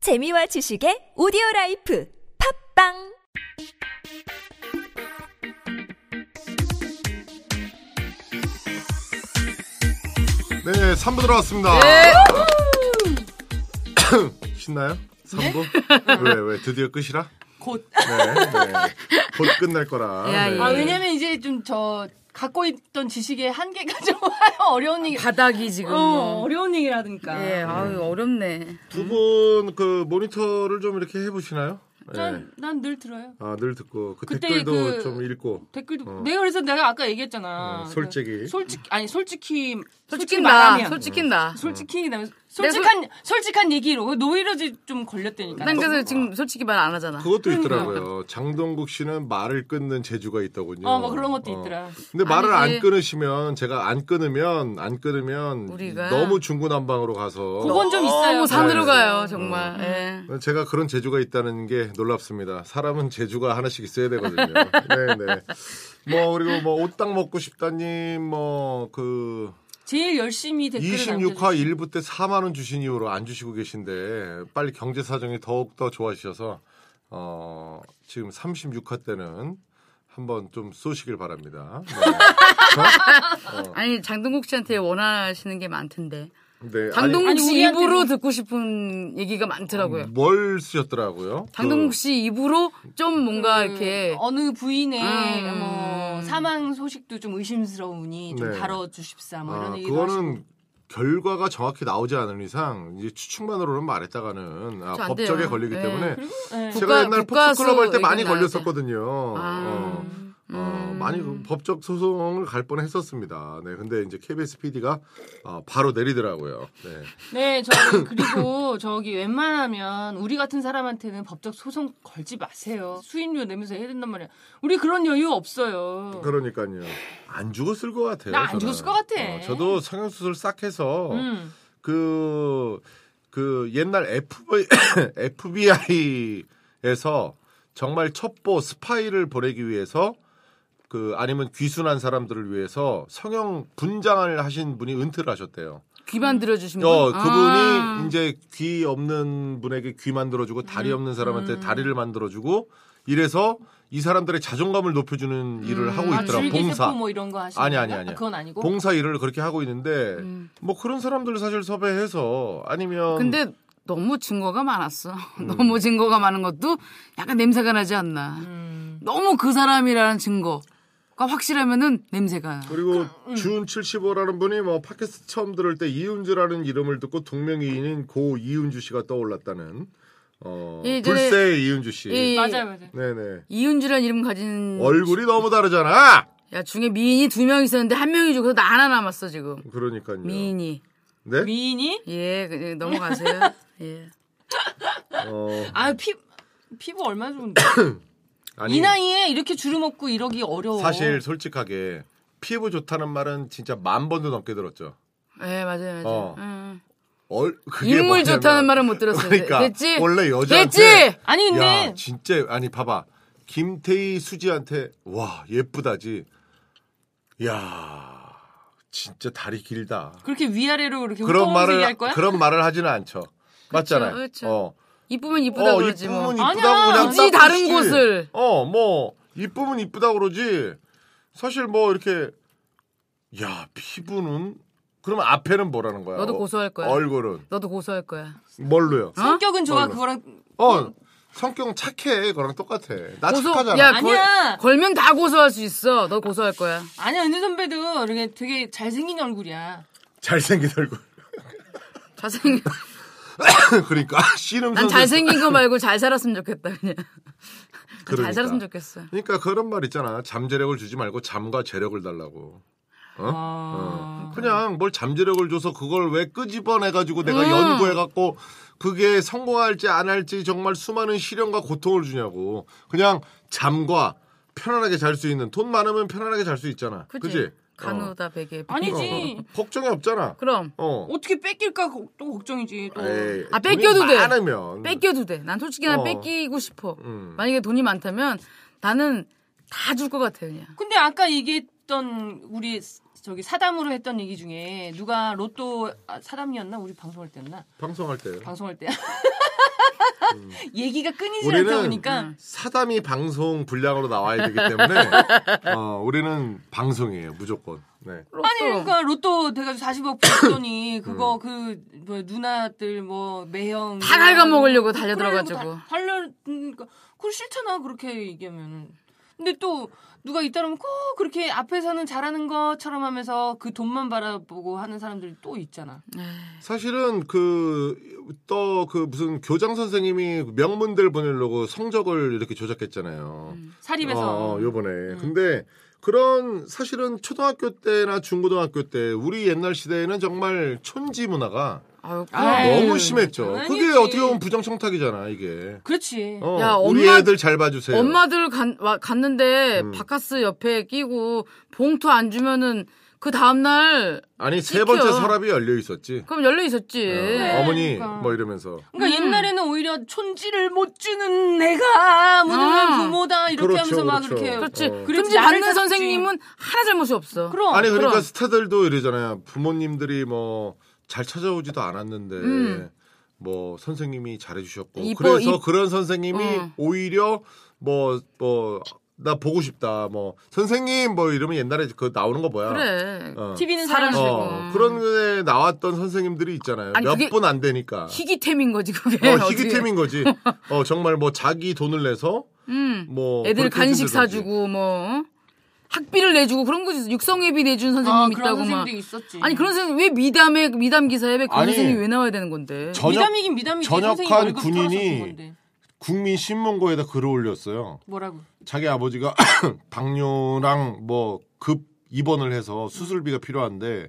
재미와 지식의 오디오 라이프 팝빵 네, 3부 들어왔습니다. 예. 신나요? 3부? 네? 왜, 왜, 드디어 끝이라? 곧. 네, 네. 곧 끝날 거라. 야, 네. 야. 아 왜냐면 이제 좀 저 갖고 있던 지식의 한계가 좀 어려운 얘기. 바닥이 지금. 뭐. 어, 어려운 얘기라니까. 예, 아유, 어렵네. 두 분 그 모니터를 좀 이렇게 해보시나요? 네. 난 늘 들어요. 아, 늘 듣고, 그 그때 댓글도 그- 좀 읽고. 댓글도 어. 내가 그래서 내가 아까 얘기했잖아. 그 어, 솔직히. 솔직 아니 솔직히 솔직히 솔직히 나, 말하면 솔직히 어. 나. 솔직히 그다음에 솔직한 솔직한 얘기로 그 노이러지 좀 걸렸다니까. 난 그래서 지금 솔직히 말 안 하잖아. 그것도 있더라고요. 장동국 씨는 말을 끊는 재주가 있더군요. 음. 어, 뭐 그런 것도 어. 있더라. 예. 근데 말을 아니지. 안 끊으시면, 제가 안 끊으면, 안 끊으면, 우리가? 너무 중구난방으로 가서. 그건 좀 있어요. 음. 너무 산으로 네. 가요, 정말. 예. 제가 그런 재주가 있다는 게 놀랍습니다. 사람은 재주가 하나씩 있어야 되거든요. 네네. 뭐 그리고 뭐 옷딱 먹고 싶다님 뭐 그 제일 열심히 댓글을 26화 1부 때 4만 원 주신 이후로 안 주시고 계신데 빨리 경제 사정이 더욱 더 좋아지셔서 어 지금 36화 때는 한번 좀 쏘시길 바랍니다. 뭐. 아니, 장동국 씨한테 원하시는 게 많던데. 네. 네. 장동국 아니, 씨 우리한테는- 음. 입으로 듣고 싶은 얘기가 많더라고요. 아니, 뭘 쓰셨더라고요? 장동국 그- 씨 입으로 좀 뭔가 그 이렇게 어느 부인의 음. 뭐 사망 소식도 좀 의심스러우니 좀 네. 다뤄주십사 뭐 아, 이런 얘기도 하시고 그거는 결과가 정확히 나오지 않은 이상 이제 추측만으로는 말했다가는 아, 그렇죠. 저안 법적에 돼요. 걸리기 네. 때문에 국가- 제가 옛날 국가수 폭스클럽 할 때 많이 의견 나왔죠. 걸렸었거든요. 아, 어, 음. 어, 많이 그 법적 소송을 갈 뻔했었습니다. 네, 근데 이제 KBS PD가 어, 바로 내리더라고요. 네. 네, 저는 그리고 저기 웬만하면 우리 같은 사람한테는 법적 소송 걸지 마세요. 수임료 내면서 해야 된단 말이야. 우리 그런 여유 없어요. 그러니까요. 안 죽었을 것 같아요. 나안 저는. 죽었을 것 같아. 어, 저도 성형수술 싹 해서 음. 그, 그 옛날 FBI, FBI에서 정말 첩보 스파이를 보내기 위해서 그 아니면 귀순한 사람들을 위해서 성형 분장을 하신 분이 은퇴를 하셨대요. 귀만 들어주신 분. 어, 그분이 음. 아. 이제 귀 없는 분에게 귀 만들어주고 다리 없는 사람한테 다리를 만들어주고 이래서 이 사람들의 자존감을 높여주는 일을 하고 아, 있더라. 줄기세포 봉사. 뭐 이런 거 하시는 아니 아니 건가? 아니. 아, 그건 아니고. 봉사 일을 그렇게 하고 있는데 뭐 그런 사람들 사실 섭외해서 아니면 근데 너무 증거가 많았어. 너무 증거가 많은 것도 약간 냄새가 나지 않나. 음. 너무 그 사람이라는 증거가 확실하면은 냄새가. 나. 그리고 음. 준 75라는 분이 뭐 팟캐스트 처음 들을 때 이윤주라는 이름을 듣고 동명이인인 고 이윤주 씨가 떠올랐다는 어 예, 이제- 불세의 이윤주 씨. 이- 맞아요, 맞아요. 네네. 이윤주란 이름 가진 얼굴이 너무 다르잖아. 야 중에 미인이 두 명 있었는데 한 명이 죽어서 나 하나 남았어 지금. 그러니까요. 미인이. 네? 미인이 예, 그- 예, 넘어가세요. 예. 어, 음. 아, 피 피부 얼마나 좋은데. 아니 이 나이에 이렇게 주름 없고 이러기 어려워. 사실 솔직하게 피부 좋다는 말은 진짜 만 번도 넘게 들었죠. 예, 맞아요, 맞아요. 어. 응. 얼 그게 인물 뭐냐면- 좋다는 말은 못 들었어요. 그러니까 됐지? 원래 여자한테 됐지? 아니 근데 야, 네. 진짜 아니 봐봐. 김태희 수지한테 와, 예쁘다지. 야. 진짜 다리 길다. 그렇게 위아래로 이렇게 그런 웃어보면서 말을 얘기할 거야? 그런 말을 하지는 않죠. 맞잖아요. 그쵸. 어. 이쁘면 이쁘다 어, 그러지 뭐. 이쁘면 아니야. 이쁘다고 그냥 굳이 다른 딱 그러지. 곳을. 어, 뭐 이쁘면 이쁘다 그러지. 사실 뭐 이렇게 야, 피부는 그러면 앞에는 뭐라는 거야? 너도 어, 고소할 거야. 얼굴은 너도 고소할 거야. 뭘로요? 성격은 좋아 어, 그거랑 어. 성격 착해. 그거랑 똑같아. 나 착하잖아. 야, 아니야. 걸, 걸면 다 고소할 수 있어. 너 고소할 거야. 아니야 은유 선배도 이렇게 되게 잘생긴 얼굴이야. 잘생긴 얼굴. 잘생긴. 그러니까 씨름 난 선수. 잘생긴 거 말고 잘 살았으면 좋겠다 그냥. 그러니까. 잘 살았으면 좋겠어. 그러니까 그런 말 있잖아. 잠재력을 주지 말고 잠과 재력을 달라고. 어? 아. 그냥 뭘 잠재력을 줘서 그걸 왜 끄집어내가지고 내가 음. 연구해갖고 그게 성공할지 안 할지 정말 수많은 시련과 고통을 주냐고. 그냥 잠과 편안하게 잘 수 있는 돈 많으면 편안하게 잘 수 있잖아. 그치? 그지? 간호다 베개. 아니지. 어. 걱정이 없잖아. 그럼 어. 어떻게 뺏길까 거- 또 걱정이지. 또. 에이, 음. 아, 돈이 뺏겨도 돼. 많으면. 뺏겨도 돼. 난 솔직히 난 어. 뺏기고 싶어. 음. 만약에 돈이 많다면 나는 다 줄 것 같아 그냥. 근데 아까 얘기했던 우리 스- 저기 사담으로 했던 얘기 중에 누가 로또 아, 사담이었나 우리 방송할 때였나 방송할 때. 방송할 때 음. 얘기가 끊이지 우리는 않다 보니까 사담이 방송 분량으로 나와야 되기 때문에 어, 우리는 방송이에요 무조건. 네. 아니 그러니까 로또 돼가지고 40억 음. 붙었더니 그거 그 뭐, 누나들 뭐 매형 다 갉아먹으려고 달려들어가지고. 그러려고 다- 달려 그러니까 그걸 싫잖아 그렇게 얘기하면. 근데 또 누가 있다면 꼭 그렇게 앞에서는 잘하는 것처럼 하면서 그 돈만 바라보고 하는 사람들이 또 있잖아. 사실은 그 또 그 무슨 교장 선생님이 명문들 보내려고 성적을 이렇게 조작했잖아요. 음. 사립에서 어, 요번에. 근데 그런 사실은 초등학교 때나 중고등학교 때 우리 옛날 시대에는 정말 촌지 문화가 아유, 아유, 너무 심했죠. 그게 아니지. 어떻게 보면 부정청탁이잖아 이게. 그렇지. 어, 야, 우리 엄마- 애들 잘 봐주세요. 음. 엄마들 간, 와, 갔는데 바카스 옆에 끼고 봉투 안 주면은 그 다음날 아니 세 시켜. 네. 번째 서랍이 열려 있었지. 그럼 열려 있었지. 어, 어머니 그러니까. 뭐 이러면서. 그러니까 옛날에는 오히려 촌지를 못 주는 내가 무능한 아. 부모다 이렇게 그렇죠, 하면서 막 그렇죠. 그렇게 그렇지. 어. 그래서 금지 나를 받는 샀지. 선생님은 하나 잘못이 없어. 그럼 아니 그러니까 그럼. 스타들도 이러잖아요. 부모님들이 뭐 잘 찾아오지도 않았는데 뭐 선생님이 잘해주셨고 음. 이뻐, 그래서 이- 그런 선생님이 어. 오히려 뭐 뭐 나 보고 싶다 뭐 선생님 뭐 이러면 옛날에 그 나오는 거 뭐야? 그래. 어. TV는 사람 사람 어, 그런 거에 나왔던 선생님들이 있잖아요. 아니, 몇 그게- 분 안 되니까. 희귀템인 거지 그게. 어, 어떻게. 희귀템인 거지. 어, 정말 뭐 자기 돈을 내서 음. 뭐 애들 그렇게 간식 해준다든지. 사주고 뭐 어? 학비를 내주고 그런 거지. 육성회비 내준 선생님 아, 그런 있다고 막. 선생님도 있었지. 아니 그런 선생님 왜 미담에 미담 기사에 왜 그런 아니, 선생님 왜 나와야 되는 건데? 저- 전역- 미담이긴 미담이지. 전역한 선생님 월급 군인이- 털어서 준 건데. 국민 신문고에다 글을 올렸어요. 뭐라고? 자기 아버지가 당뇨랑 뭐 급 입원을 해서 수술비가 필요한데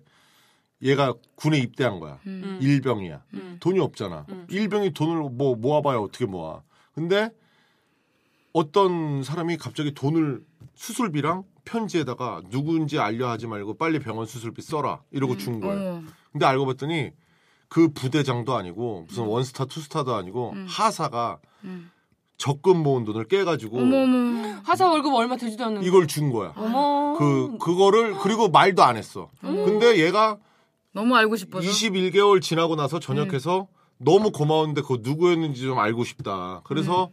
얘가 군에 입대한 거야. 음. 일병이야. 돈이 없잖아. 일병이 돈을 뭐 모아봐야 어떻게 모아. 근데 어떤 사람이 갑자기 돈을 수술비랑 편지에다가 누군지 알려 하지 말고 빨리 병원 수술비 써라 이러고 음. 준 거예요. 어. 근데 알고 봤더니 그 부대장도 아니고 음. 무슨 원스타 투스타도 아니고 하사가 적금 모은 돈을 깨가지고 어머 어머. 하사 월급 얼마 되지도 않는. 음. 이걸 준 거야. 어머. 그 그거를 그리고 말도 안 했어. 근데 얘가 너무 알고 싶어서. 21개월 지나고 나서 전역해서 음. 너무 고마운데 그거 누구였는지 좀 알고 싶다. 그래서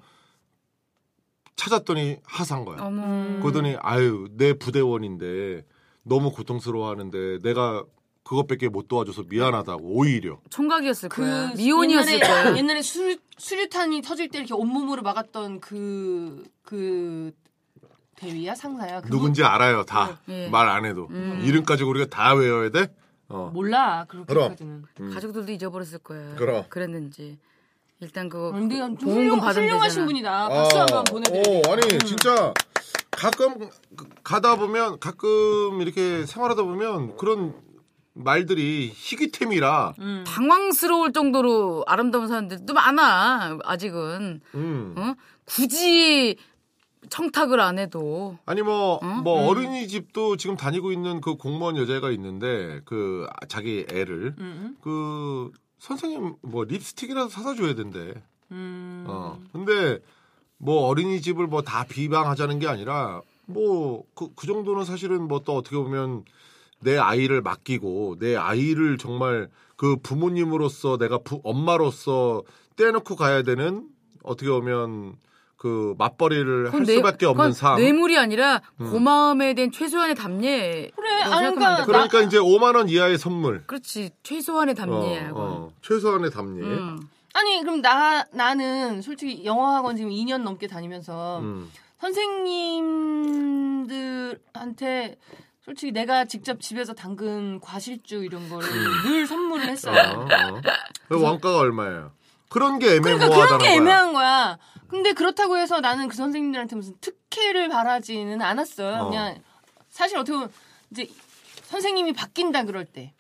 찾았더니 하산 거야. 음. 어머. 그러더니 아유 내 부대원인데 너무 고통스러워하는데 내가 그것밖에 못 도와줘서 미안하다고 오히려 총각이었을 그 거야. 미혼이었을 옛날에, 음. 거야. 옛날에 수류, 수류탄이 터질 때 이렇게 온몸으로 막았던 그, 그, 대위야? 상사야? 그분? 누군지 알아요 다 예. 네, 말 안 해도 음. 이름까지 우리가 다 외워야 돼. 어. 몰라, 그렇게까지는. 가족들도 잊어버렸을 거야. 음. 그럼. 그랬는지. 일단 그거 근데 좀 보험금 훌륭, 받으면 훌륭하신 되잖아. 분이다. 박수 한번 음. 보내드릴게요. 어, 아니 진짜 가끔 가다 보면 가끔 이렇게 생활하다 보면 그런 말들이 희귀템이라 당황스러울 정도로 아름다운 사람들도 많아. 아직은. 음. 어? 굳이 청탁을 안 해도 아니 뭐 어? 뭐 음. 어린이집도 지금 다니고 있는 그 공무원 여자가 있는데 그 자기 애를 음, 그 선생님 뭐 립스틱이라도 사다 줘야 된대. 음. 어. 근데 뭐 어린이집을 뭐 다 비방하자는 게 아니라 뭐 그 그 정도는 사실은 뭐 또 어떻게 보면 내 아이를 맡기고 내 아이를 정말 그 부모님으로서 내가 부- 엄마로서 떼놓고 가야 되는 어떻게 보면 그 맞벌이를 할 뇌- 수밖에 없는 그건 삶. 음. 뇌물이 아니라 고마움에 대한 최소한의 담례. 그래, 라고 아, 생각하면 그러니까 안 돼. 그러니까 이제 5만 원 이하의 선물. 그렇지 최소한의 음. 어, 담례라고. 어. 예? 최소한의 담례. 음. 아니, 그럼 나, 나는 솔직히 영어학원 지금 2년 넘게 다니면서 음. 선생님들한테 솔직히 내가 직접 집에서 담근 과실주 이런 거를 늘 선물을 어, 했어요. 어. 그 원가가 얼마예요? 그런 게 그러니까 애매모호하다는 그런 게 거야. 애매한 거야. 근데 그렇다고 해서 나는 그 선생님들한테 무슨 특혜를 바라지는 않았어요. 어. 그냥 사실 어떻게 보면 이제 선생님이 바뀐다 그럴 때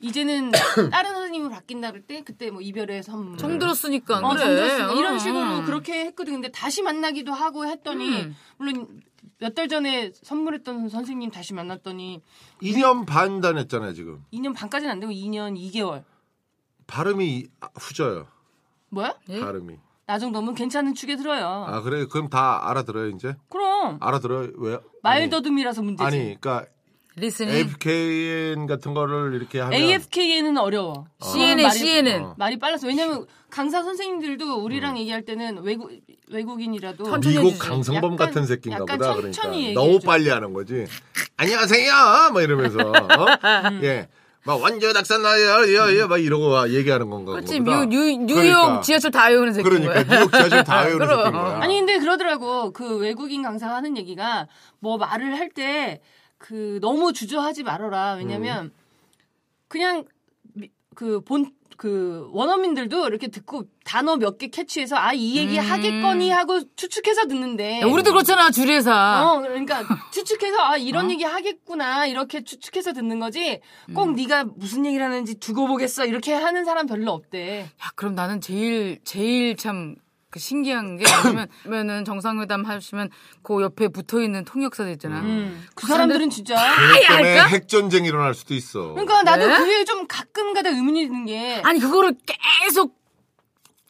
이제는 다른 선생님이 바뀐다 그럴 때 그때 뭐 이별의 선물 정 들었으니까 어, 그래. 잠들었으니까 이런 식으로 어. 그렇게 했거든. 근데 다시 만나기도 하고 했더니 물론 몇 달 전에 선물했던 선생님 다시 만났더니 2년 반 다녔잖아요, 지금. 2년 반까지는 안 되고 2년 2개월. 발음이 이- 아, 후져요. 뭐야? 예? 발음이. 나 정도면 괜찮은 축에 들어요. 아 그래 그럼 다 알아들어요 이제 그럼 알아들어요 왜? 말더듬이라서 문제지. 아니, 아니 그러니까 리스닝. AFKN 같은 거를 이렇게 하면 AFK에는 아, 어려워. CNN, 말이- CNN. 어. 말이 빨라서 왜냐면 강사 선생님들도 우리랑 얘기할 때는 외국 외국인이라도 천천히 미국 해주지. 강성범 약간- 같은 새끼인가 약간 보다 천천히 그러니까 얘기해줘. 너무 빨리 하는 거지 안녕하세요 막 이러면서 어? 예막 완전 낙산나요 예예막 이러고 와 얘기하는 건가 그렇지 보다. 뉴, 뉴, 뉴욕 그러니까. 지하철 다 외우는 새끼인 그러니까 거야. 뉴욕 지하철 다 외우는 그럼. 새끼인 거야 아니 근데 그러더라고 그 외국인 강사가 하는 얘기가 뭐 말을 할 때 그 너무 주저하지 말아라 왜냐면 그냥 그 본 그 원어민들도 이렇게 듣고 단어 몇 개 캐치해서 아 이 얘기 하겠거니 하고 추측해서 듣는데 음. 야, 우리도 그렇잖아 어. 주례사. 어 그러니까 추측해서 아 이런 얘기 하겠구나 이렇게 추측해서 듣는 거지 음. 꼭 네가 무슨 얘기를 하는지 두고 보겠어 이렇게 하는 사람 별로 없대 야 그럼 나는 제일 제일 참그 신기한 게 뭐냐면 그러면은 정상회담 하시면 그 옆에 붙어 있는 통역사들 있잖아. 음. 그 사람들은 진짜 그것 때문에 알까? 핵전쟁 이 일어날 수도 있어 그러니까 나도 네? 그게 좀 가끔가다 의문이 드는 게 아니 그거를 계속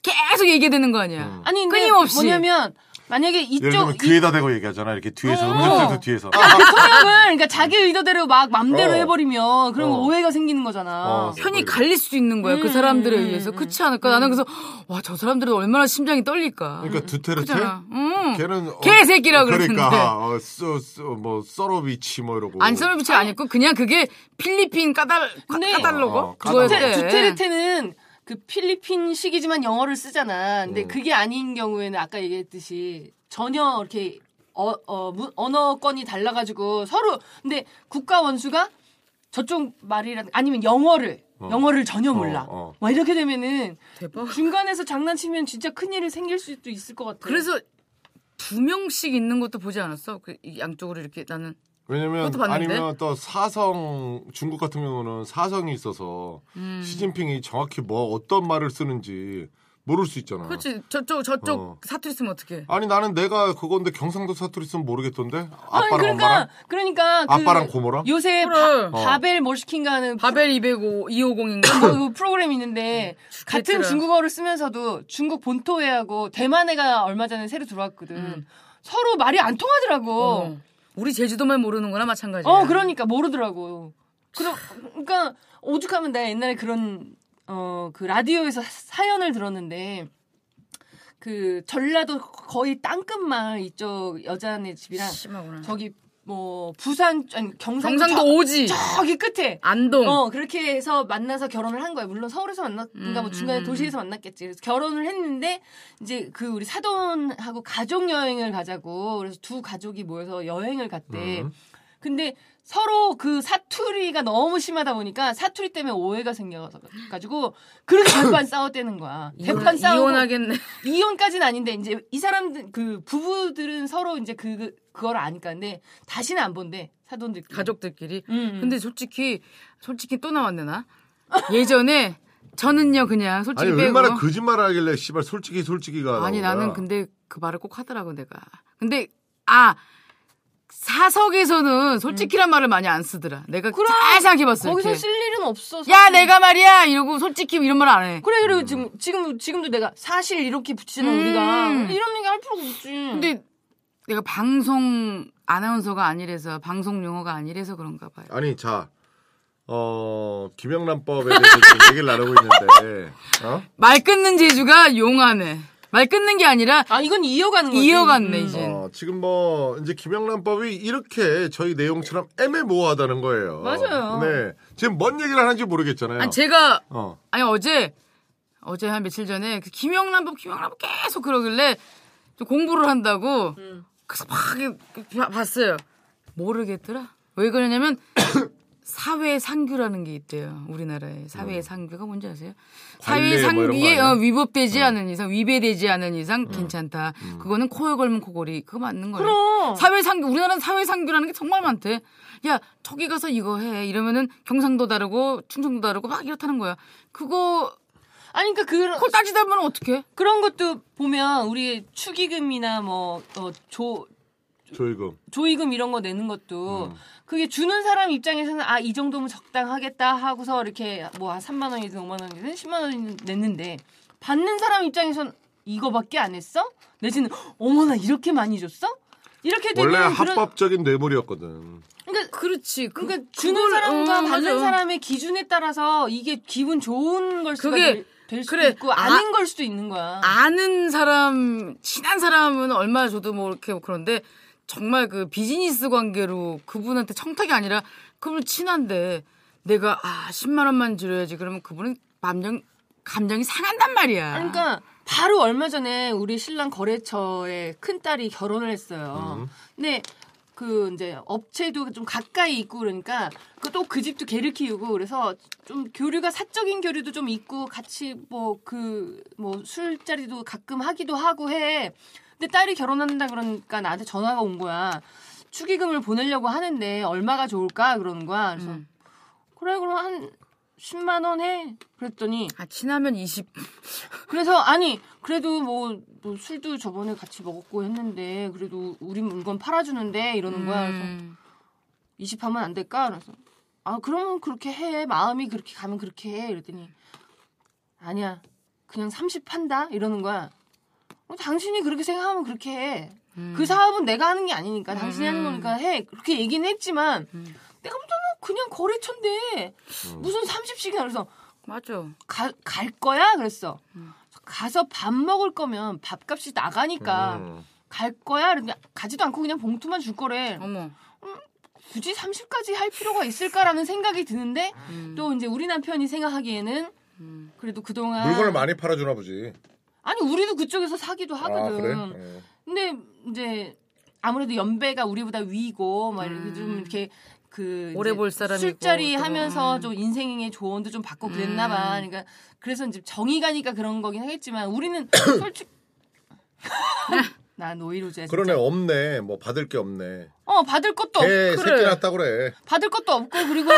계속 얘기해야 되는 거 음. 아니야. 아니 근데 끊임없이. 뭐냐면 만약에 예를 들면 이쪽 이 귀에다 대고 얘기하잖아 이렇게 뒤에서 어. 음성대도 뒤에서 아, 통역을 그러니까 자기 의도대로 막 어. 맘대로 해버리면 그런 어. 오해가 생기는 거잖아. 어. 편이 갈릴 수도 있는 거야. 그 음, 사람들에 의해서 그렇지 않을까? 나는 그래서 와 저 사람들은 얼마나 심장이 떨릴까. 그러니까 두테르테 그잖아. 음. 걔는 어, 개새끼라 그러는데. 그러니까 어, 쏘, 쏘, 뭐 써로비치 뭐 이러고 안썰비치 아니고 그냥 그게 필리핀 까달 근데- 까달로고 어, 그거였대. 까달로거. 네. 아, 두테르테는 그 필리핀식이지만 영어를 쓰잖아. 근데 그게 아닌 경우에는 아까 얘기했듯이 전혀 이렇게 어, 어, 문- 언어권이 달라가지고 서로 근데 국가 원수가 저쪽 말이란 아니면 영어를 영어를 전혀 몰라. 어. 막 이렇게 되면은 대박. 중간에서 장난치면 진짜 큰일이 생길 수도 있을 것 같아. 그래서 두 명씩 있는 것도 보지 않았어. 그이 양쪽으로 이렇게 나는 왜냐면 그것도 봤는데? 아니면 또 사성 중국 같은 경우는 사성이 있어서 음. 시진핑이 정확히 뭐 어떤 말을 쓰는지 모를 수 어. 있잖아. 그렇지 저쪽 저쪽 어. 사투리 쓰면 어떡해. 아니 나는 내가 그건데 경상도 사투리 쓰면 모르겠던데 아니, 아빠랑 엄마랑 그러니까 그 아빠랑 고모랑? 요새 그래. 바, 바벨 뭐 모시킨가 하는 바벨 205 250인가 뭐 이거 프로그램이 있는데 같은 죽겠더라. 중국어를 쓰면서도 중국 본토애하고 대만애가 얼마 전에 새로 들어왔거든. 서로 말이 안 통하더라고. 어. 우리 제주도만 모르는구나 마찬가지. 어, 그러니까 모르더라고. 그러, 그러니까 오죽하면 내가 옛날에 그런 어 그 라디오에서 사연을 들었는데 그 전라도 거의 땅끝마을 이쪽 여자네 집이랑 심하구나. 저기 뭐 부산 아니 경상도, 음. 경상도 저- 오지 저기 끝에 안동. 어 그렇게 해서 만나서 결혼을 한 거야. 물론 서울에서 만났던가 음, 뭐 중간에 도시에서 만났겠지. 그래서 결혼을 했는데 이제 그 우리 사돈하고 가족 여행을 가자고 그래서 두 가족이 모여서 여행을 갔대. 음. 근데 서로 그 사투리가 너무 심하다 보니까 사투리 때문에 오해가 생겨가지고 그렇게 대판 싸웠다는 거야. 대판 싸우고 이혼하겠네. 이혼까지는 아닌데 이제 이 사람들 그 부부들은 서로 이제 그 그- 그걸 아니까 근데 다시는 안 본대 사돈들 가족들끼리. 음. 근데 솔직히 솔직히 또 나왔네 나. 예전에 저는요 그냥 솔직히 아니 빼고. 얼마나 거짓말을 하길래 씨발 솔직히 솔직히가 뭐. 아니 나오는 나는 거야. 근데 그 말을 꼭 하더라고 내가. 근데 아 사석에서는 솔직히란 말을 많이 안 쓰더라. 내가 음. 그럼. 잘 생각해봤어. 거기서 이렇게. 쓸 일은 없어. 야 내가 말이야 이러고 솔직히 이런 말 안 해. 그래 그래 지금 지금 지금도 내가 사실 이렇게 붙이는 음. 우리가 이런 얘기 할 필요가 없지. 근데 내가 방송 아나운서가 아니래서 방송 용어가 아니래서 그런가 봐요. 아니 자. 어 김영란법에 대해서 지금 얘기를 나누고 있는데 어? 말 끊는 재주가 용하네. 말 끊는 게 아니라 아 이건 이어가는 거지. 음. 이어갔네 이제. 어, 지금 뭐 이제 김영란법이 이렇게 저희 내용처럼 애매모호하다는 거예요. 맞아요. 네, 지금 뭔 얘기를 하는지 모르겠잖아요. 아니 제가 어. 아니 어제 어제 한 며칠 전에 그 김영란법 김영란법 계속 그러길래 좀 공부를 한다고 그래서 막 이렇게 봐- 봤어요. 모르겠더라. 왜 그러냐면 사회 상규라는 게 있대요. 우리나라에 사회 상규가 뭔지 아세요? 사회 관례 뭐 이런 거 상규에 아니야? 어, 위법되지 않은 이상 위배되지 않은 이상 괜찮다. 그거는 코에 걸면 코골이 그거 맞는 거예요. 그럼. 사회 상규 우리나라는 사회 상규라는 게 정말 많대. 야 저기 가서 이거 해 이러면은 경상도 다르고 충청도 다르고 막 이렇다는 거야. 그거 아니 그러니까 그런 그거 따지다 보면 어떡해? 그런 것도 보면 우리 축의금이나 뭐, 뭐어조 조이금. 조의금 이런 거 내는 것도 음. 그게 주는 사람 입장에서는 아 이 정도면 적당하겠다 하고서 이렇게 뭐 한 3만 원이든 5만 원이든 10만 원이든 냈는데 받는 사람 입장에선 이거밖에 안 했어? 내지는 어머나 이렇게 많이 줬어? 이렇게 되면 원래 그런- 합법적인 뇌물이었거든. 그러니까 그렇지. 그, 그러니까 주는 그걸- 사람과 어, 받는 맞아. 사람의 기준에 따라서 이게 기분 좋은 걸 수가 그게- 될, 될 수도 그래. 있고 아닌 걸 수도 있는 거야. 아는 사람, 친한 사람은 얼마 줘도 뭐 이렇게 뭐 그런데 정말 그 비즈니스 관계로 그분한테 청탁이 아니라 그분 친한데 내가 아 10만 원만 드려야지 그러면 그분은 감정 감정이 상한단 말이야. 그러니까 바로 얼마 전에 우리 신랑 거래처에 큰 딸이 결혼을 했어요. 근데 그 이제 업체도 좀 가까이 있고 그러니까 또 그 집도 개를 키우고 그래서 좀 교류가 사적인 교류도 좀 있고 같이 뭐 그 뭐 술자리도 가끔 하기도 하고 해. 근데 딸이 결혼한다 그러니까 나한테 전화가 온 거야. 축의금을 보내려고 하는데 얼마가 좋을까 그러는 거야. 그래서 음. 그래 그럼 한 10만 원 해. 그랬더니 아 친하면 20. 그래서 아니 그래도 뭐, 뭐 술도 저번에 같이 먹었고 했는데 그래도 우리 물건 팔아주는데 이러는 거야. 그래서 음. 20 하면 안 될까? 그래서 아 그러면 그렇게 해. 마음이 그렇게 가면 그렇게 해. 이랬더니 아니야 그냥 30 한다 이러는 거야. 그럼 당신이 그렇게 생각하면 그렇게 해. 그 사업은 내가 하는 게 아니니까 당신이 하는 음. 거니까 해. 그렇게 얘기는 했지만 내가 보면 그냥 거래처인데 무슨 30씩이나 그래서 맞아. 가, 갈 거야? 그랬어. 가서 밥 먹을 거면 밥값이 나가니까 음. 갈 거야? 그랬데 가지도 않고 그냥 봉투만 줄 거래. 어머. 굳이 30까지 할 필요가 있을까라는 생각이 드는데 또 이제 우리 남편이 생각하기에는 그래도 그동안 물건을 많이 팔아주나 보지. 아니 우리도 그쪽에서 사기도 아 그래? 하거든. 어. 근데 이제 아무래도 연배가 우리보다 위고 막 이렇게 좀 이렇게 그 음. 오래 이제 볼 사람이고 술자리 또, 하면서 음. 좀 인생의 조언도 좀 받고 그랬나 봐. 그러니까 그래서 이제 정이 가니까 그런 거긴 하겠지만 우리는 솔직 나 노이로제 그러네 없네. 뭐 받을 게 없네. 어 받을 것도 없고 개 새끼 낳았다 그래. 받을 것도 없고 그리고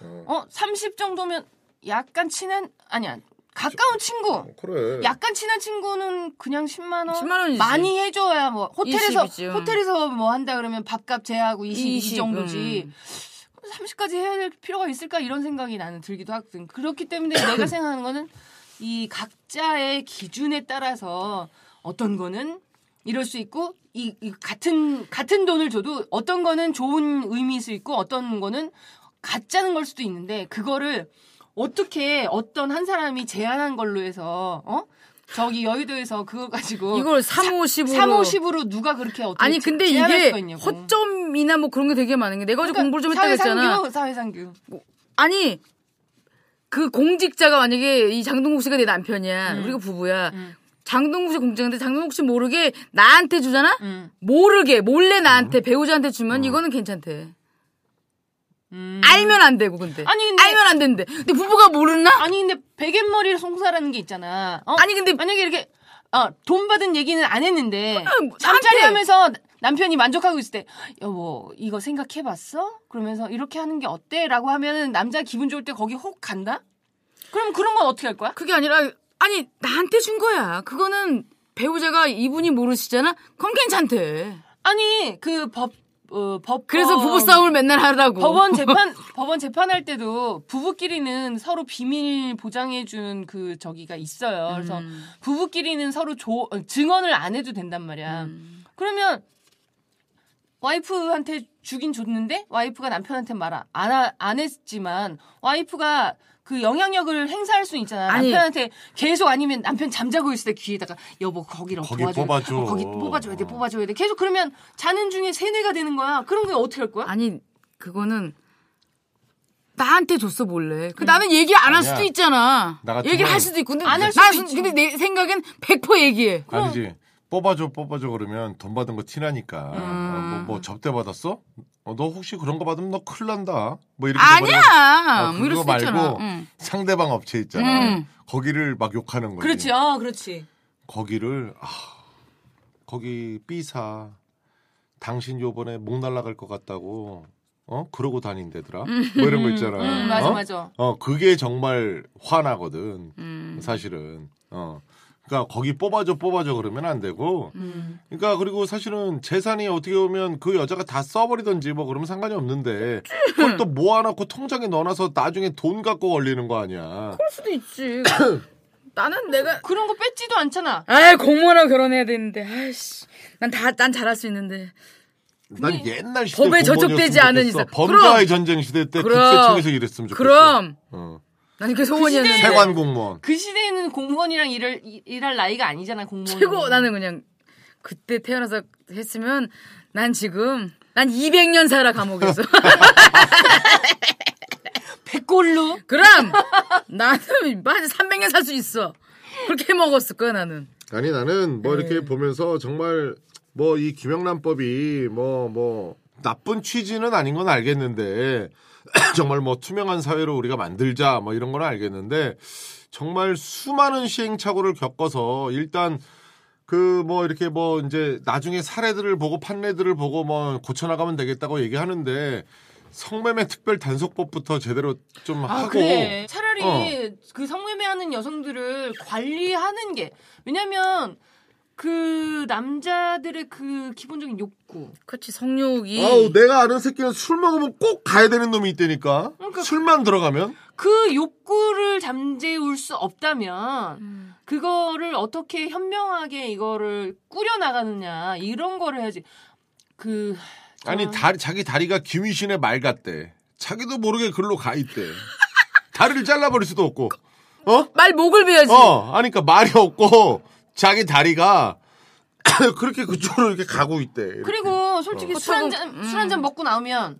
어. 어30 정도면 약간 친한 아니야. 가까운 친구. 어, 그래. 약간 친한 친구는 그냥 10만 원, 10만 원이지. 많이 해줘야 뭐 호텔에서 20 이죠. 호텔에서 뭐 한다 그러면 밥값 제하고 20, 20, 이 정도지 음. 30까지 해야 될 필요가 있을까 이런 생각이 나는 들기도 하거든 그렇기 때문에 내가 생각하는 거는 이 각자의 기준에 따라서 어떤 거는 이럴 수 있고 이, 이 같은 같은 돈을 줘도 어떤 거는 좋은 의미일 수 있고 어떤 거는 가짜는 걸 수도 있는데 그거를 어떻게 어떤 한 사람이 제안한 걸로 해서 어 저기 여의도에서 그걸 가지고 이걸 350으로 350으로 누가 그렇게 어떻게 아니 근데 제안할 이게 수가 있냐고. 허점이나 뭐 그런 게 되게 많은 게 내가 어제 그러니까 공부를 좀 했다고 했잖아. 사회상규, 사회상규. 아니 그 공직자가 만약에 이 장동국 씨가 내 남편이야 음. 우리가 부부야 장동국 씨 공직자인데 장동국 씨 모르게 나한테 주잖아 음. 모르게 몰래 나한테 배우자한테 주면 이거는 괜찮대 음. 알면 안 되고 근데 아니, 근데- 알면 안 되는데 근데 부부가 모르나 아니 근데 베갯머리를 송사라는 게 있잖아. 어? 아니, 근데- 만약에 이렇게 어, 돈 받은 얘기는 안 했는데 뭐, 잠자리 나한테- 하면서 남편이 만족하고 있을 때 여보 이거 생각해봤어? 그러면서 이렇게 하는 게 어때? 라고 하면은 남자 기분 좋을 때 거기 혹 간다? 그럼 그런 건 어떻게 할 거야? 그게 아니라 아니 나한테 준 거야 그거는 배우자가 이분이 모르시잖아 그럼 괜찮대 아니 그 법 어, 법 그래서 부부 싸움을 맨날 하라고 법원 재판 법원 재판할 때도 부부끼리는 서로 비밀 보장해 주는 그 저기가 있어요. 그래서 음. 부부끼리는 서로 조, 어, 증언을 안 해도 된단 말이야. 음. 그러면 와이프한테 주긴 줬는데 와이프가 남편한테 말안 안 했지만 와이프가 그 영향력을 행사할 수 있잖아. 아니. 남편한테 계속 아니면 남편 잠자고 있을 때 귀에다가 여보 거기를 거기 도와줘. 뽑아줘. 어, 거기 뽑아줘야 돼. 뽑아줘야 돼. 계속 그러면 자는 중에 세뇌가 되는 거야. 그런 거 어떻게 할 거야? 아니 그거는 나한테 줬어 몰래. 그 나는 얘기 안 할 아니야. 수도 있잖아. 나 같으면 얘기를 할 수도 있고. 근데 안할 나 수도 순- 있지. 근데 내 생각엔 100% 얘기해. 아니지. 뽑아줘 뽑아줘 그러면 돈 받은 거 티나니까 어, 뭐, 뭐 접대 받았어? 어, 너 혹시 그런 거 받으면 너 큰일 난다 뭐 이렇게 돼버리면 아니야. 어, 뭐 이럴 그거 수도 있잖아. 말고 응. 상대방 업체 있잖아 음. 거기를 막 욕하는 거지 그렇지, 어, 그렇지. 거기를 아, 거기 B사 당신 요번에 목 날라갈 것 같다고 어 그러고 다닌대더라 뭐 이런 거 있잖아 음, 맞아, 어? 맞아. 어 그게 정말 화나거든 음. 사실은 어 그러니까 거기 뽑아줘 뽑아줘 그러면 안 되고 음. 그러니까 그리고 사실은 재산이 어떻게 보면 그 여자가 다 써버리든지 뭐 그러면 상관이 없는데 그걸 또 모아놓고 통장에 넣어놔서 나중에 돈 갖고 걸리는 거 아니야 그럴 수도 있지. 나는 내가 그런 거 뺏지도 않잖아. 아 공무원하고 결혼해야 되는데. 아이씨. 난 다 난 잘할 수 있는데. 난 옛날 시대 법에 저촉되지 않은 어 이상. 그럼. 범죄와의 전쟁 시대 때 그럼. 국세청에서 일했으면 좋겠어. 그럼 어. 난 이게 소원이었는데 세관 공무원. 그 시대에는 공무원이랑 일을 이- 일할 나이가 아니잖아 공무원. 최고 나는 그냥 그때 태어나서 했으면 난 지금 난 200년 살아 감옥에서 백골로 그럼 나는 뭐 한 300년 살 수 있어 그렇게 먹었을 거야 나는 아니 나는 뭐 네. 이렇게 보면서 정말 뭐 이 김영란법이 뭐 뭐 나쁜 취지는 아닌 건 알겠는데 정말 뭐 투명한 사회로 우리가 만들자 뭐 이런 건 알겠는데 정말 수많은 시행착오를 겪어서 일단 그 뭐 이렇게 뭐 이제 나중에 사례들을 보고 판례들을 보고 뭐 고쳐나가면 되겠다고 얘기하는데 성매매 특별 단속법부터 제대로 좀 하고 아, 그래. 차라리 어. 그 성매매하는 여성들을 관리하는 게 왜냐면 그 남자들의 그 기본적인 욕구. 그렇지 성욕이 아우 내가 아는 새끼는 술 먹으면 꼭 가야 되는 놈이 있다니까. 그러니까 술만 들어가면 그 욕구를 잠재울 수 없다면 음. 그거를 어떻게 현명하게 이거를 꾸려 나가느냐 이런 거를 해야지. 그 아니 다리, 자기 다리가 김희신의 말 같대. 자기도 모르게 글로 가 있대. 다리를 잘라버릴 수도 없고. 어? 말 목을 베야지 어. 아니까 말이 없고 자기 다리가 그렇게 그쪽으로 이렇게 가고 있대. 이렇게. 그리고 솔직히 어. 술 한 잔 술 한 잔 먹고 나오면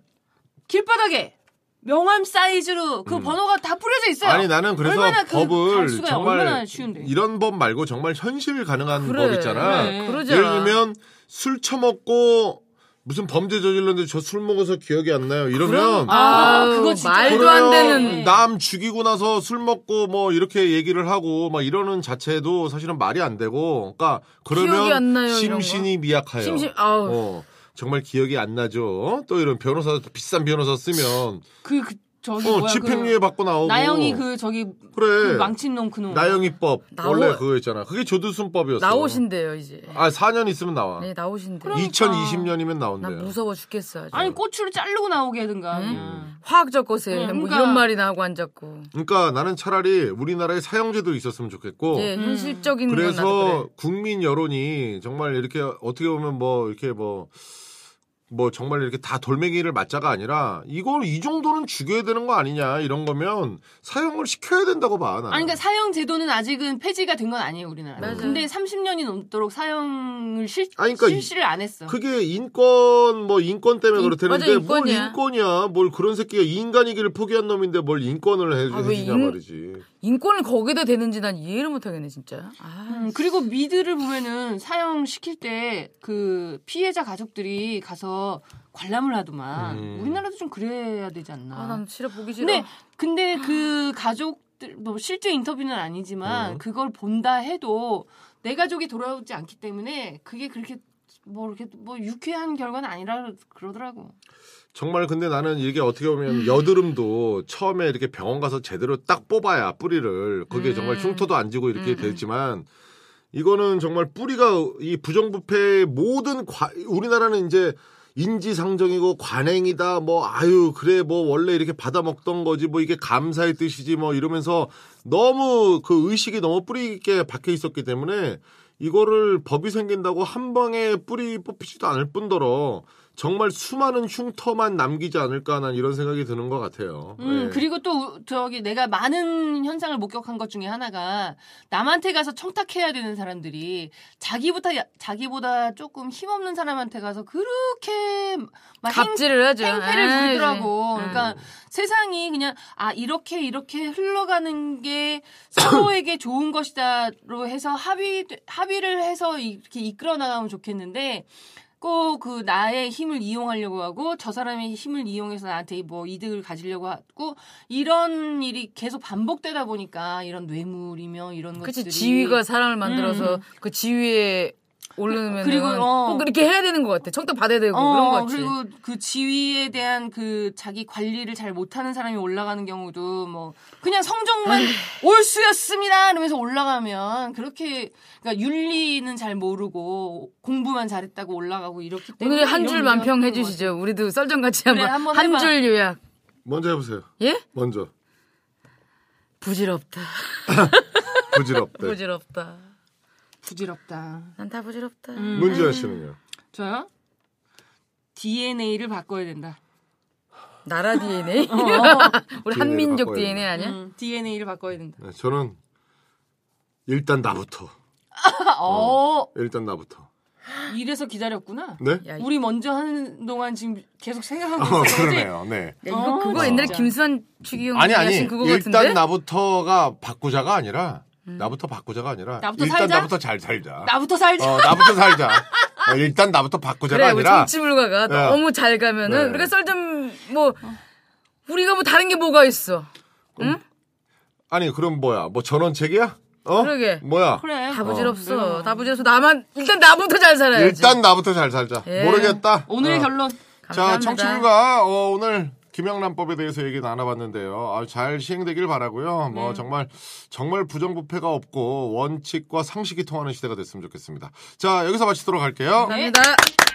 길바닥에 명함 사이즈로 그 번호가 다 뿌려져 있어요. 음. 아니 나는 그래서 얼마나 그 법을 단수가 얼마나 정말 쉬운데. 이런 법 말고 정말 현실 가능한 그래 네, 법 있잖아. 그래. 네. 그러자 예를 들면 술 처먹고 무슨 범죄 저질렀는데 저 술 먹어서 기억이 안 나요. 이러면 아, 아우, 그거 진짜 말도 그러면 안 되는 남 죽이고 나서 술 먹고 뭐 이렇게 얘기를 하고 막 이러는 자체도 사실은 말이 안 되고 그러니까 기억이 안 나요, 그러면 이런 거. 심신이 미약하여. 심심 아우 어. 정말 기억이 안 나죠. 또 이런 변호사 비싼 변호사 쓰면 그, 그 저기 어, 뭐야 집행유예 받고 나오고 그 나영이 그 저기 그래. 그 망친 놈 그놈 나영이법 나오- 원래 그거였잖아. 그게 조두순법이었어. 나오신대요 이제 아 4년 있으면 나와. 네 나오신대 그럼- 요 2020년이면 나 나온대요. 무서워 죽겠어 아주 아니 그 꼬추를 자르고 나오게 하든가 음. 그냥. 화학적 거세 응, 뭐 그러니까. 이런 말이나 하고 앉았고 그러니까 나는 차라리 우리나라에 사형제도 있었으면 좋겠고 예 현실적인 건 나도 그래. 어. 그래서 국민 여론이 정말 이렇게 어떻게 보면 뭐 이렇게 뭐 뭐 정말 이렇게 다 돌멩이를 맞자가 아니라 이걸 이 정도는 죽여야 되는 거 아니냐 이런 거면 사형을 시켜야 된다고 봐 나는. 아니 그러니까 사형 제도는 아직은 폐지가 된 건 아니에요 우리나라. 맞아요. 근데 30년이 넘도록 사형을 실, 아니, 그러니까 실시를 안 했어. 그게 인권 뭐 인권 때문에 인- 그렇다는데 맞아, 뭘 인권이야. 인권이야 뭘 그런 새끼가 인간이기를 포기한 놈인데 뭘 인권을 아, 해주- 왜 해주냐 인- 말이지. 인권을 거기다 대는지 난 이해를 못하겠네 진짜 아 음, 그리고 미드를 보면은 사형 시킬 때 그 피해자 가족들이 가서 관람을 하더만 음. 우리나라도 좀 그래야 되지 않나. 아, 난 싫어 보기 싫어. 근데 근데 그 가족들 뭐 실제 인터뷰는 아니지만 음. 그걸 본다 해도 내 가족이 돌아오지 않기 때문에 그게 그렇게 뭐 이렇게 뭐 유쾌한 결과는 아니라 그러더라고. 정말 근데 나는 이게 어떻게 보면 여드름도 처음에 이렇게 병원 가서 제대로 딱 뽑아야 뿌리를 그게 정말 흉터도 안 지고 이렇게 되지만 이거는 정말 뿌리가 이 부정부패의 모든 과, 우리나라는 이제 인지상정이고 관행이다 뭐 아유 그래 뭐 원래 이렇게 받아 먹던 거지 뭐 이게 감사의 뜻이지 뭐 이러면서 너무 그 의식이 너무 뿌리 있게 박혀 있었기 때문에 이거를 법이 생긴다고 한 방에 뿌리 뽑히지도 않을 뿐더러 정말 수많은 흉터만 남기지 않을까 난 이런 생각이 드는 것 같아요. 음, 예. 그리고 또 우- 저기 내가 많은 현상을 목격한 것 중에 하나가 남한테 가서 청탁해야 되는 사람들이 자기보다 야- 자기보다 조금 힘없는 사람한테 가서 그렇게 막 행- 갑질을 하죠. 행패를 에이, 부리더라고. 음. 그러니까 세상이 그냥 아 이렇게 이렇게 흘러가는 게 서로에게 좋은 것이다로 해서 합의 합의를 해서 이렇게 이끌어 나가면 좋겠는데 꼭 그 나의 힘을 이용하려고 하고 저 사람의 힘을 이용해서 나한테 뭐 이득을 가지려고 하고 이런 일이 계속 반복되다 보니까 이런 뇌물이며 이런 네. 그치 것들이 음. 지위가 사람을 만들어서 그 지위에 오르면 그리고, 어. 꼭 그렇게 해야 되는 것 같아. 청탁 받아야 되고 뭐 그런 것 같지. 그리고 그 지위에 대한 그 자기 관리를 잘 못하는 사람이 올라가는 경우도 뭐 그냥 성적만 올수였습니다 이러면서 올라가면 그렇게 그러니까 윤리는 잘 모르고 공부만 잘했다고 올라가고 이렇기 때문에 오늘 한 이런 줄 문제가 만평해 생기는 것 같아요. 주시죠. 우리도 썰전 같이 그래, 한번 한번 해봐. 한 줄 요약. 먼저 해보세요. 예? 먼저 부질없다. 부질없대. 부질없다. 부질없다. 음. 난 다 부질없다. 문지연 씨는요? 저요? DNA를 바꿔야 된다. 나라 어, DNA? 우리 한민족 바꿔야 DNA 음. 아니야? DNA를 바꿔야 된다. 네, 저는 일단 나부터. 아, 어. 일단 나부터. 이래서 기다렸구나. 네? 야, 우리 먼저 하는 동안 지금 계속 생각하고 어, 있어. 그러네요. 네. 야, 이거 어, 그거 진짜. 옛날에 김수환 추기경 아니 아니. 하신 그거 같은데? 음. 일단 나부터가 바꾸자가 아니라 나부터 바꾸자가 아니라 나부터 일단 살자? 나부터 잘 살자. 나부터 살자. 어, 나부터 살자. 어, 일단 나부터 바꾸자가 그래 우리 아니라 정치불가가 네. 너무 잘 가면은 네. 우리가 썰좀 뭐 우리가 뭐 다른 게 뭐가 있어? 아니 그럼 뭐야? 뭐 전원책이야? 어? 그러게. 뭐야? 그래. 다 부질없어. 다 부질없어. 나만 일단 나부터 잘 살아야지. 일단 나부터 잘 살자. 예. 모르겠다. 오늘의 어. 결론. 자, 감사합니다. 청취율과 어, 오늘 김영란법에 대해서 얘기 나눠봤는데요. 아, 잘 시행되길 바라고요. 네. 뭐 정말 정말 부정부패가 없고 원칙과 상식이 통하는 시대가 됐으면 좋겠습니다. 자, 여기서 마치도록 할게요. 감사합니다.